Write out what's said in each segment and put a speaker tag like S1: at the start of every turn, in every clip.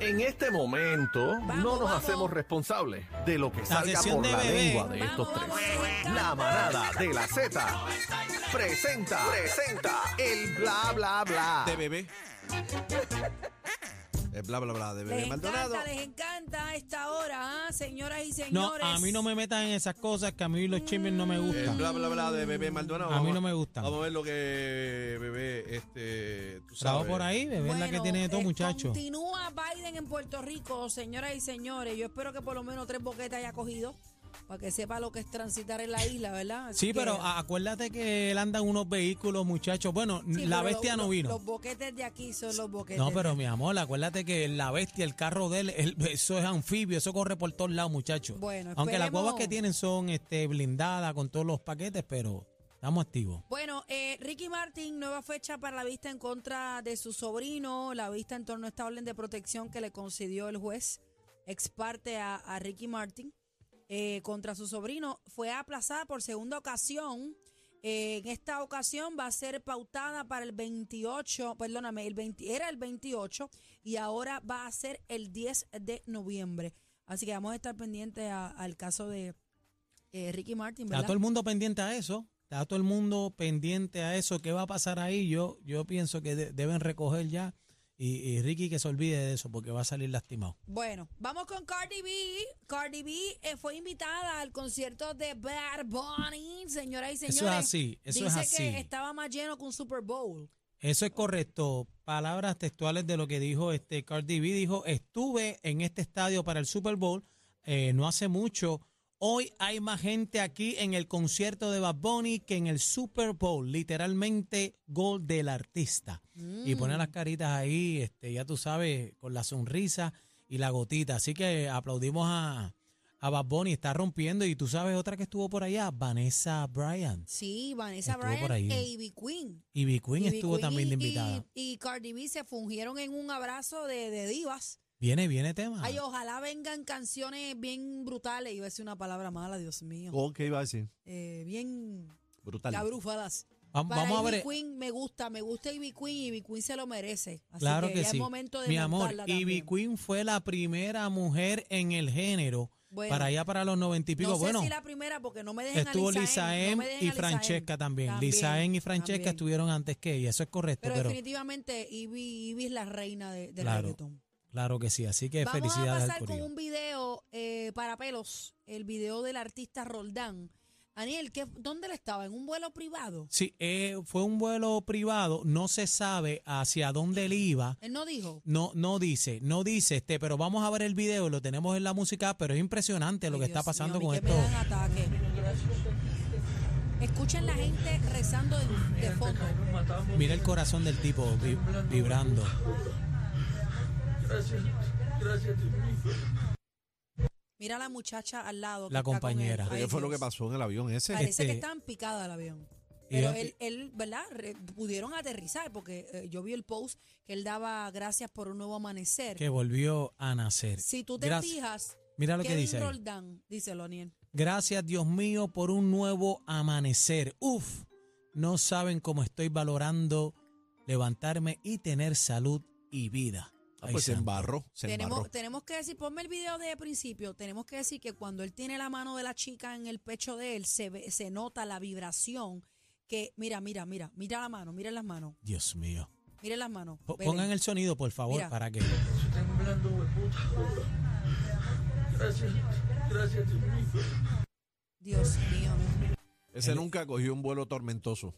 S1: En este momento no nos hacemos responsables de lo que salga
S2: sesión
S1: por
S2: de
S1: la
S2: bebé.
S1: lengua de estos tres. La manada de la Z presenta, presenta el bla bla bla.
S2: de bebé. Eh, Bla, bla, bla, de bebé
S3: Les
S2: Maldonado.
S3: encanta, les encanta a esta hora, ¿ah? señoras y señores. Mm,
S4: No, a mí no me metan en esas cosas que a mí los chismes no me
S2: El
S4: gustan.
S2: bla, bla, bla, de bebé Maldonado.
S4: A mí
S2: Vamos
S4: no me gusta.
S2: Vamos a ver lo que bebé, este, tú
S4: Trabajo
S2: sabes.
S4: por ahí, bebé, es la que
S3: Bueno,
S4: tiene de todo,
S3: eh,
S4: muchacho.
S3: Continúa Biden en Puerto Rico, señoras y señores. Yo espero que por lo menos tres boquetas haya cogido para que sepa lo que es transitar en la isla, ¿verdad? Así
S4: Sí,
S3: que-
S4: pero ah, a- acuérdate que él anda en unos vehículos, muchachos. Bueno,
S3: Sí,
S4: la
S3: pero
S4: bestia
S3: los-
S4: no
S3: los-
S4: vino.
S3: Los eh. boquetes de aquí son los boquetes.
S4: No, pero
S3: de-
S4: mi amor, acuérdate que la bestia, el carro de él, él- eso es anfibio, eso corre por todos lados, muchachos.
S3: Bueno,
S4: Aunque las
S3: esperemos-
S4: guaguas que tienen son este, blindadas con todos los paquetes, pero estamos activos.
S3: Bueno, eh, Ricky Martin, nueva fecha para la vista en contra de su sobrino, la vista en torno a esta orden de protección que le concedió el juez ex parte a, a Ricky Martin eh, contra su sobrino, fue aplazada por segunda ocasión. Eh, en esta ocasión va a ser pautada para el 28, perdóname, el 20 era el 28 y ahora va a ser el 10 de noviembre. Así que vamos a estar pendientes a- al caso de eh, Ricky Martin,
S4: Está
S3: ¿verdad?
S4: todo el mundo pendiente a eso. Está todo el mundo pendiente a eso. ¿Qué va a pasar ahí? Yo, yo pienso que de- deben recoger ya. Y, y Ricky que se olvide de eso porque va a salir lastimado.
S3: Bueno, vamos con Cardi B. Cardi B eh, fue invitada al concierto de Bad Bunny, señoras y señores.
S4: Eso es así, eso es
S3: Dice
S4: así.
S3: que estaba más lleno que un Super Bowl.
S4: Eso es correcto. Palabras textuales de lo que dijo este Cardi B. Dijo, estuve en este estadio para el Super Bowl eh, no hace mucho. Hoy hay más gente aquí en el concierto de Bad Bunny que en el Super Bowl. Literalmente gol del artista.
S3: Mm.
S4: Y pone las caritas ahí, este, ya tú sabes, con la sonrisa y la gotita. Así que aplaudimos a, a Bad Bunny. Está rompiendo. Y tú sabes otra que estuvo por allá, Vanessa Bryant.
S3: Sí, Vanessa
S4: Estuvo
S3: Bryant
S4: por ahí.
S3: e Ivy Queen.
S4: Y B. Queen
S3: Ivy
S4: estuvo
S3: Queen
S4: también de
S3: y-
S4: invitada.
S3: Y, y Cardi B se fungieron en un abrazo de, de divas.
S4: Viene, viene tema.
S3: Ay, ojalá vengan canciones bien brutales. Iba a decir una palabra mala, Dios mío.
S2: Oh, ¿Qué iba a decir?
S3: Eh, bien
S2: Brutal.
S3: cabrúfalas.
S4: Vam-
S3: Para
S4: vamos a
S3: Ivy
S4: ver.
S3: Queen me gusta, me gusta Ivy Queen y Ivy Queen se lo merece. Así
S4: claro
S3: que,
S4: que,
S3: ya
S4: sí.
S3: es momento de
S4: Mi amor,
S3: montarla
S4: Ivy
S3: también.
S4: Queen fue la primera mujer en el género
S3: Bueno.
S4: para allá para los noventa y pico.
S3: no sé
S4: bueno,
S3: si la primera porque no me dejen
S4: estuvo
S3: a
S4: Lisa
S3: Lizaen,
S4: M
S3: no me dejen
S4: y
S3: a Lizaen.
S4: Francesca también.
S3: También,
S4: Lisa M y Francesca
S3: también.
S4: estuvieron antes que ella, eso es correcto,
S3: Pero,
S4: pero,
S3: definitivamente Ivy, Ivy es la reina de, del
S4: Claro.
S3: reggaetón.
S4: claro que sí. Así que
S3: Vamos a
S4: felicidades al
S3: pasar con
S4: Corillo.
S3: un video eh, para pelos, el video del artista Roldán. Aniel, ¿qué, ¿dónde le estaba? ¿En un vuelo privado?
S4: Sí, eh, fue un vuelo privado, no se sabe hacia dónde él iba.
S3: Él no dijo.
S4: No, no dice, no dice este, pero vamos a ver el video, lo tenemos en la música, pero es impresionante lo
S3: Ay,
S4: que
S3: Dios
S4: está pasando
S3: mío, a
S4: con
S3: mí que
S4: esto.
S3: me dan ataque. Escuchen la gente rezando de, de fondo.
S4: Mira el corazón del tipo vi- vibrando.
S3: Mira a la muchacha al lado. que
S4: La
S3: está con él.
S4: compañera.
S3: Ay,
S2: ¿Qué fue lo que
S3: Dios.
S2: pasó en el avión ese?
S3: Parece que
S4: Este-
S3: estaban picada el avión.
S4: Y
S3: Pero
S4: yo-
S3: él, él, ¿verdad? Re- pudieron aterrizar porque eh, yo vi el post que él daba gracias por un nuevo amanecer.
S4: que volvió a nacer.
S3: Si tú te
S4: Gracias-
S3: fijas,
S4: Mira lo que
S3: Kevin
S4: dice ahí.
S3: Roldán, díselo, Aniel.
S4: Gracias Dios mío por un nuevo amanecer. Uf, no saben cómo estoy valorando levantarme y tener salud y vida.
S2: Ah,
S4: Ay,
S2: pues se
S4: santo.
S2: embarró, se embarró.
S3: Tenemos, tenemos que decir, ponme el video de principio, tenemos que decir que cuando él tiene la mano de la chica en el pecho de él, se, ve- se nota la vibración que, mira, mira, mira, mira la mano, mira las manos,
S4: Dios mío.
S3: mira las manos.
S4: Po-
S3: Belén.
S4: Pongan el sonido, por favor,
S3: Mira.
S4: para que...
S3: Dios mío.
S2: Ese
S4: Él-
S2: nunca cogió un vuelo tormentoso.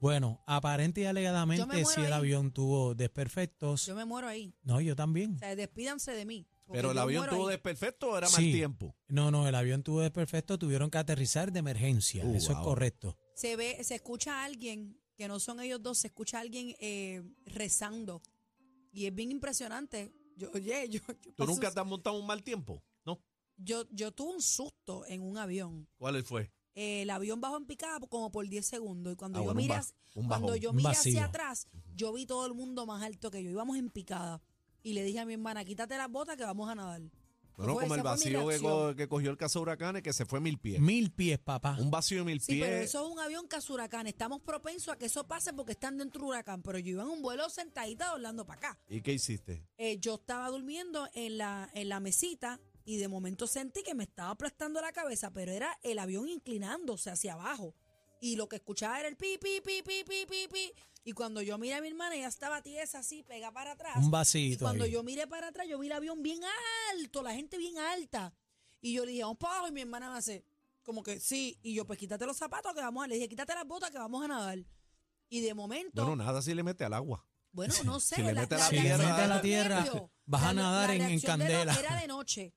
S4: Bueno, aparente y
S3: Yo me
S4: alegadamente
S3: muero
S4: si el
S3: ahí.
S4: avión tuvo desperfectos.
S3: Yo me muero ahí.
S4: no, yo también.
S3: O sea, despídanse de mí. porque
S2: Pero el
S3: yo
S2: avión
S3: muero
S2: tuvo
S3: ahí.
S2: desperfecto o era
S4: Sí.
S2: mal tiempo.
S4: No, no, el avión tuvo desperfectos, tuvieron que aterrizar de emergencia.
S2: Uh,
S4: Eso es
S2: wow.
S4: correcto.
S3: se ve, se escucha a alguien, que no son ellos dos, se escucha a alguien eh, rezando. Y es bien impresionante Yo, oye, yo, yo
S1: ¿Tú
S3: paso-
S1: nunca te has montado un mal tiempo? ¿No?
S3: yo, yo tuve un susto en un avión.
S1: ¿Cuál fue?
S3: Eh, el avión bajó en picada como por 10 segundos. Y cuando
S1: Ah,
S3: yo
S1: bueno, un
S3: miré,
S1: ba-
S3: hacia-
S1: un
S3: cuando
S1: bajón,
S3: yo
S4: un
S3: miré
S4: vacío.
S3: hacia atrás, yo vi todo el mundo más alto que yo. Íbamos en picada. Y le dije a mi hermana, quítate las botas que vamos a nadar.
S1: Bueno, como
S3: Fue-
S1: el
S3: esa fue mi
S1: vacío que, co-
S3: reacción.
S1: que cogió el caso huracanes que se fue mil pies.
S4: Mil pies, papá.
S1: Un vacío de mil
S3: Sí,
S1: pies.
S3: pero eso es un avión huracán. Estamos propensos a que eso pase porque están dentro de huracán. Pero yo iba en un vuelo sentadita de Orlando para acá.
S1: ¿Y qué hiciste?
S3: Eh, yo estaba durmiendo en la, en la mesita y de momento sentí que me estaba aplastando la cabeza, pero era el avión inclinándose hacia abajo. Y lo que escuchaba era el pi, pi, pi, pi, pi, pi, pi. Y cuando yo miré a mi hermana, ella estaba tiesa así, pega para atrás.
S4: Un
S3: Y
S4: vasito.
S3: cuando
S4: ahí.
S3: yo miré para atrás, yo vi el avión bien alto, la gente bien alta. Y yo le dije, vamos para abajo. Y mi hermana me hace, como que sí. Y yo, pues quítate los zapatos que vamos a. Le dije, quítate las botas que vamos a nadar. Y de momento,
S1: Bueno, nada si le mete al agua.
S3: bueno, no sé.
S1: Si le mete la
S3: reacción
S1: tierra-
S3: de
S1: la
S3: los
S4: tierra,
S3: nervios,
S4: vas a
S3: la-
S4: nadar
S3: la
S4: en- en
S3: reacción de los-
S4: candela.
S3: Era de noche.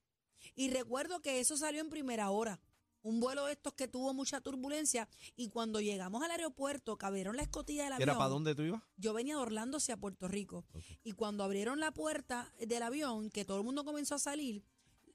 S3: Y recuerdo que eso salió en primera hora. Un vuelo de estos que tuvo mucha turbulencia. Y cuando llegamos al aeropuerto, que abrieron la escotilla del
S1: ¿Y
S3: avión.
S1: era para dónde tú ibas?
S3: Yo venía de Orlando hacia Puerto Rico. Y cuando abrieron la puerta del avión, que todo el mundo comenzó a salir,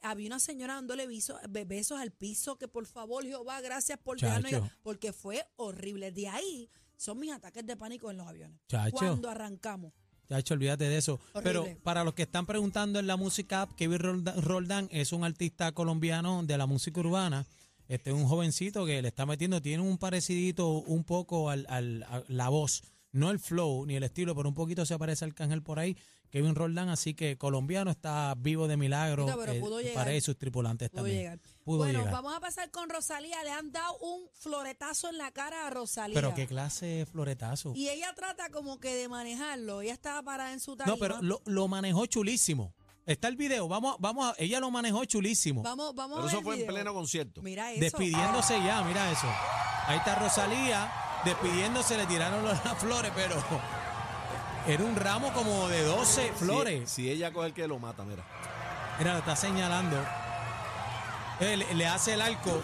S3: había una señora dándole viso- be- besos al piso, que por favor, Jehová, gracias por dejarnos.
S4: Chacho.
S3: llegar, Porque fue horrible. De ahí son mis ataques de pánico en los aviones.
S4: Chacho.
S3: Cuando arrancamos.
S4: Chacho, olvídate de eso.
S3: Horrible.
S4: Pero para los que están preguntando en la música app, Kevin Rolda- Roldán es un artista colombiano de la música urbana. Este un jovencito que le está metiendo, tiene un parecidito un poco al, al- a la voz, no el flow ni el estilo, pero un poquito se parece al cángel por ahí, Kevin Roldán, así que colombiano está vivo de milagro
S3: Mira, pero pudo llegar.
S4: para él y sus tripulantes
S3: Pudo
S4: también.
S3: llegar.
S4: Pudo
S3: bueno,
S4: llegar.
S3: vamos a pasar con Rosalía. Le han dado un floretazo en la cara a Rosalía.
S4: Pero qué clase de floretazo.
S3: Y ella trata como que de manejarlo. Ella estaba parada en su tarima.
S4: No, pero lo, lo manejó chulísimo. Está el video, vamos, a- vamos a- ella lo manejó chulísimo.
S3: Vamos, vamos a
S1: Pero
S3: ver
S1: eso
S3: el
S1: fue en
S3: video.
S1: pleno concierto.
S3: Mira eso.
S4: despidiéndose ya, mira eso. Ahí está Rosalía, despidiéndose, le tiraron las flores, pero era un ramo como de 12
S1: Si-
S4: flores.
S1: Si, ella coge el que lo mata, mira.
S4: Mira, lo está señalando. Eh, le, le hace el arco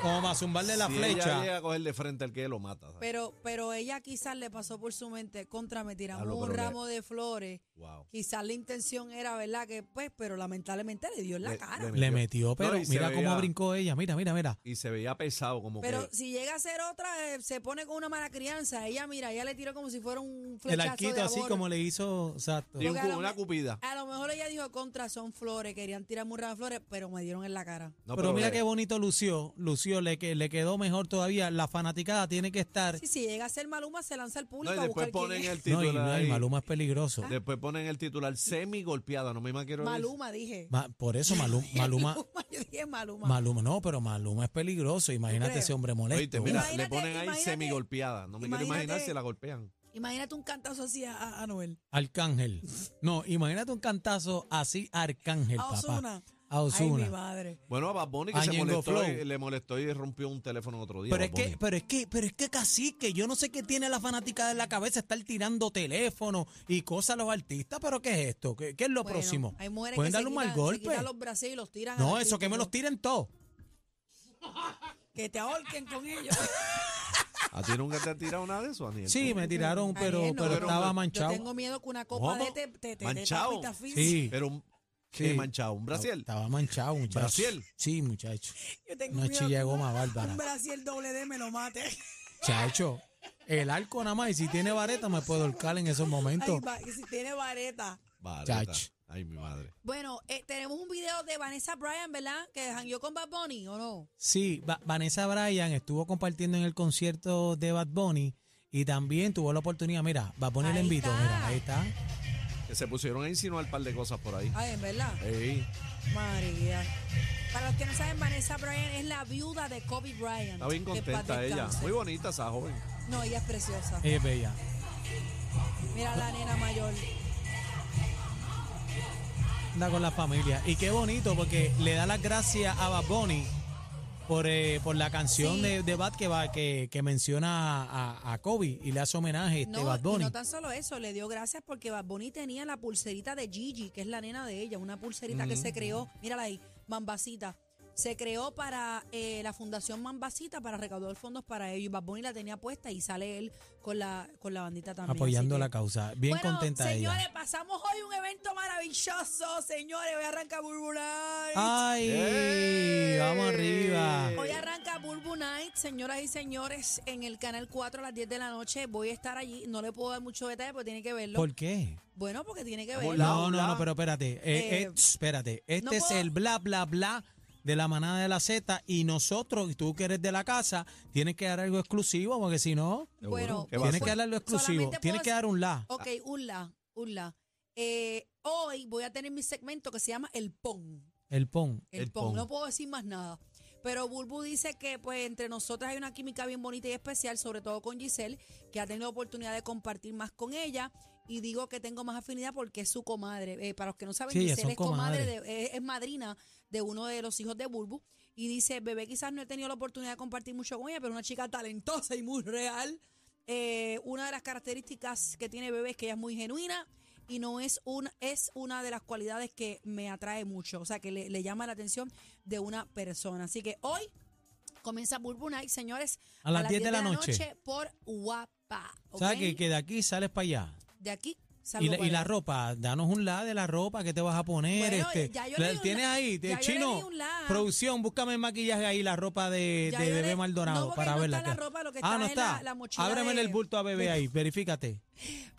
S4: como para zumbarle la
S1: si
S4: flecha.
S1: Ella llega a coger de frente al que lo mata. ¿sabes?
S3: Pero, pero ella quizás le pasó por su mente, contra me tiramos
S1: Diablo,
S3: un
S1: pero le-
S3: ramo de flores.
S1: Wow.
S3: Quizás la intención era, ¿verdad? Que pues, pero lamentablemente le dio en la
S1: Le-
S3: cara.
S1: le-
S4: le metió, pero
S1: No, y se
S4: mira cómo
S1: veía-
S4: brincó ella, mira, mira, mira.
S1: Y se veía pesado como
S3: pero
S1: que.
S3: si llega a ser otra, eh, se pone con una mala crianza. Ella, mira, ella le tiró como si fuera un
S4: El
S3: flechazo de
S4: arquito así
S3: amor.
S4: como le hizo, exacto.
S1: Sí, un
S3: Porque a
S1: cu-
S3: lo
S1: una
S3: me-
S1: cupida.
S3: A lo mejor ella dijo, contra, son flores, querían tirarme un ramo de flores, pero me dieron en la cara.
S1: No,
S4: pero, mira
S1: le-
S4: qué bonito lució, lució, le, que- le quedó mejor todavía. La fanaticada tiene que estar.
S3: Sí, si llega a ser Maluma, se lanza al
S1: No,
S3: público
S1: y
S3: a
S1: después
S3: buscar
S1: ponen
S3: quién es. Ah.
S1: el
S4: No, y,
S1: titular.
S4: no, y
S1: ahí.
S4: Maluma es peligroso.
S1: Después ponen el titular semi golpeada. No me imagino.
S3: Maluma, dije.
S4: Ma- por eso Malu- Maluma,
S3: Yo dije Maluma.
S4: Maluma, no, pero Maluma es peligroso. Imagínate
S3: creo.
S4: ese hombre
S1: Oíste,
S4: molesto.
S1: mira, le
S3: Imagínate,
S1: ponen ahí
S3: imagínate.
S1: semi golpeada. No me quiero imaginar
S3: Imagínate.
S1: si la golpean.
S3: Imagínate un cantazo así a- a, a Noel.
S4: Arcángel. No, imagínate un cantazo así, Arcángel,
S3: A
S4: papá.
S3: Ozuna.
S4: A
S3: Ay, mi
S4: Ozuna.
S3: madre.
S1: Bueno, a Bad Bunny que
S4: A
S1: se
S4: Ñengo
S1: molestó,
S4: Flow.
S1: y, le molestó y rompió un teléfono otro día.
S4: Pero
S1: Bad
S4: es que,
S1: Bunny.
S4: pero es que, pero es que cacique, yo no sé qué tiene la fanática de la cabeza estar tirando teléfonos y cosas a los artistas, pero ¿qué es esto? ¿Qué, qué es lo
S3: Bueno,
S4: próximo?
S3: Hay mujeres que
S4: Pueden
S3: se
S4: darle un mal
S3: quitan- se
S4: golpe.
S3: quitan los brazos Ah, y los tiran.
S4: No,
S3: al
S4: eso que me
S3: piso.
S4: los tiren todos.
S3: Que te ahorquen con ellos.
S1: ¿A ti nunca te han tirado nada de eso, Aniel?
S4: Sí, me tiraron, pero,
S3: Ayer no,
S4: pero
S1: Pero
S4: estaba
S1: me-
S4: manchado.
S3: Yo tengo miedo que una copa
S1: ¿Cómo?
S3: de te, te, te,
S1: Manchado.
S3: te tapita física.
S4: Sí.
S1: Pero un-
S4: Sí.
S1: ¿qué manchado? ¿Un Brasil?
S4: Estaba manchado, muchacho.
S1: ¿Braciel?
S4: Sí, muchacho.
S3: Yo tengo
S4: Una
S3: miedo
S4: chilla
S3: que
S4: de goma
S3: un-
S4: bárbara.
S3: Un Brasil doble D me lo mate.
S4: Chacho, el arco nada más, y si tiene vareta me puedo ahorcar en esos
S3: Ay,
S4: momentos.
S3: va- que si tiene vareta.
S1: Vareta.
S4: Chach.
S1: Ay, mi madre.
S3: Bueno, eh, tenemos un video de Vanessa Bryan, ¿verdad? Que hangueó con Bad Bunny, ¿o no?
S4: Sí, Va- Vanessa Bryan estuvo compartiendo en el concierto de Bad Bunny y también tuvo la oportunidad, mira, Bad Bunny le
S3: Ahí
S4: invitó,
S3: está.
S4: mira, ahí está.
S1: Que se pusieron a insinuar un par de cosas por ahí.
S3: Ay, en verdad.
S1: Ey,
S3: María. Para los que no saben, Vanessa Bryan es la viuda de Kobe Bryant.
S1: está bien
S3: Que en paz
S1: contenta ella.
S3: descanse.
S1: Muy bonita esa joven.
S3: No, ella es preciosa.
S4: Ella es bella.
S3: Mira la nena mayor.
S4: Anda con la familia. Y qué bonito porque le da las gracias a Bad Bunny por, eh, por la canción
S3: Sí.
S4: de, de Bad que, va, que, que menciona a, a Kobe y le hace homenaje este
S3: No,
S4: Bad
S3: y
S4: Bunny.
S3: no tan solo eso, le dio gracias porque Bad Bunny tenía la pulserita de Gigi, que es la nena de ella, una pulserita que se creó, mírala ahí, mambacita. se creó para eh, la Fundación Mambasita para recaudar fondos para ello. Y Bad Bunny la tenía puesta y sale él con la, con la bandita también.
S4: apoyando
S3: así
S4: la
S3: que-
S4: causa. Bien
S3: Bueno,
S4: contenta
S3: señores,
S4: ella.
S3: pasamos hoy un evento maravilloso. Señores, hoy arranca Burbu Night.
S4: ¡Ay!
S1: ¡Eh!
S4: Vamos arriba.
S3: Hoy arranca Burbu Night, señoras y señores, en el canal 4 a las 10 de la noche. Voy a estar allí. No le puedo dar mucho detalle, pero tiene que verlo.
S4: ¿Por qué?
S3: Bueno, porque tiene que
S1: Hola,
S3: verlo.
S4: No,
S1: hola.
S4: no, no, pero espérate. Eh,
S3: Eh,
S4: eh, espérate. Este
S3: no
S4: es
S3: puedo-
S4: el bla, bla, bla de la manada de la Z y nosotros, y tú que eres de la casa, tienes que dar algo exclusivo porque si no,
S3: Bueno,
S1: ¿Qué va a hacer?
S4: tienes que dar algo exclusivo.
S3: Solamente puedo
S4: Tienes
S3: Oh.
S4: que dar un la.
S3: Ok, un la, un la. Eh, hoy voy a tener mi segmento que se llama El PON.
S4: El pon.
S3: El,
S1: El
S3: pon.
S1: pon.
S3: no puedo decir más nada. Pero Bulbu dice que pues entre nosotras hay una química bien bonita y especial, sobre todo con Giselle, que ha tenido oportunidad de compartir más con ella. Y digo que tengo más afinidad porque es su comadre. Eh, para los que no saben,
S4: Sí, ellas
S3: Giselle
S4: son
S3: es comadre, de- eh, es madrina de uno de los hijos de Bulbu. Y dice, bebé, quizás no he tenido la oportunidad de compartir mucho con ella, pero una chica talentosa y muy real. Eh, una de las características que tiene bebé es que ella es muy genuina y no es una, es una de las cualidades que me atrae mucho, o sea, que le, le llama la atención de una persona. Así que hoy comienza Burbu Night, señores,
S4: A las 10 de la noche.
S3: por guapa. ¿ok?
S4: ¿Sabes que, que de aquí sales para allá?
S3: De aquí
S4: Y
S3: salgo
S4: la, y
S3: para
S4: la
S3: allá.
S4: ropa, danos un la de la ropa que te vas a poner.
S3: Bueno,
S4: este,
S3: ya yo
S4: La-
S3: le di un
S4: tienes
S3: la-
S4: ahí,
S3: ya
S4: eh,
S3: yo le di
S4: chino.
S3: un la.
S4: Producción, búscame el maquillaje ahí, la ropa de,
S3: Ya
S4: de
S3: yo le-
S4: bebé
S3: no,
S4: Maldonado
S3: porque
S4: para
S3: no
S4: verla.
S3: está la
S4: acá.
S3: ropa, lo que
S4: ah,
S3: está
S4: no
S3: es
S4: está.
S3: la- la mochila
S4: Ábreme
S3: de-
S4: el bulto a bebé ahí, verifícate.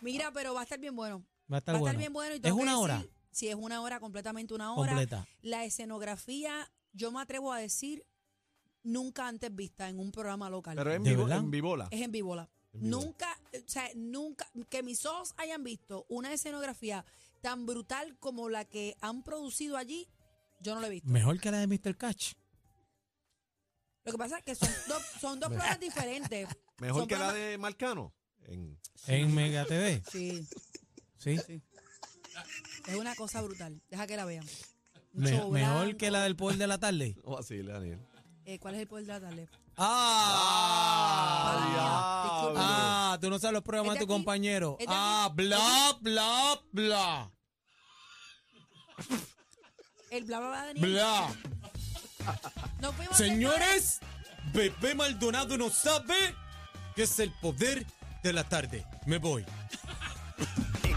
S3: Mira, pero va a estar bien bueno.
S4: Va a estar
S3: va a
S4: bueno.
S3: estar bien bueno. y
S4: es
S3: tengo que
S4: una hora
S3: decir- Sí, es una hora, completamente una hora.
S4: completa.
S3: La escenografía, yo me atrevo a decir, nunca antes vista en un programa local.
S1: Pero en,
S4: ¿De
S1: vivo,
S4: verdad?
S1: en vivola.
S3: Es en víbola.
S1: En víbola.
S3: Nunca, eh, o sea, nunca, que mis ojos hayan visto una escenografía tan brutal como la que han producido allí, yo no la he visto.
S4: Mejor que la de Mr. Catch.
S3: Lo que pasa es que son dos, son dos pruebas diferentes.
S1: Mejor
S3: Son
S1: que la
S3: programas-
S1: de Marcano. En,
S4: En Mega TV.
S3: Sí,
S4: Sí.
S3: es una cosa brutal. Deja que la vean. Un
S4: Me-
S3: show
S4: mejor
S3: blanco.
S4: que la del poder de la tarde.
S1: o así, Daniel.
S3: Eh, ¿Cuál es el poder de la tarde?
S4: ¡Ah!
S3: Ah,
S1: diablo.
S3: disculpa.
S4: Ah, tú no sabes los programas
S3: ¿Es
S4: de
S3: de
S4: tu
S3: aquí?
S4: compañero.
S3: ¿Es de
S4: Ah,
S3: aquí?
S4: bla, bla, bla.
S3: El bla bla bla de Daniel.
S4: Bla.
S3: Nos fuimos,
S4: Señores, Bebé Maldonado no sabe qué es el poder de la tarde. Me voy.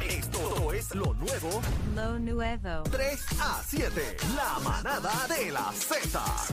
S1: Esto es lo nuevo
S5: Lo nuevo.
S1: 3 a 7. La manada de la Z.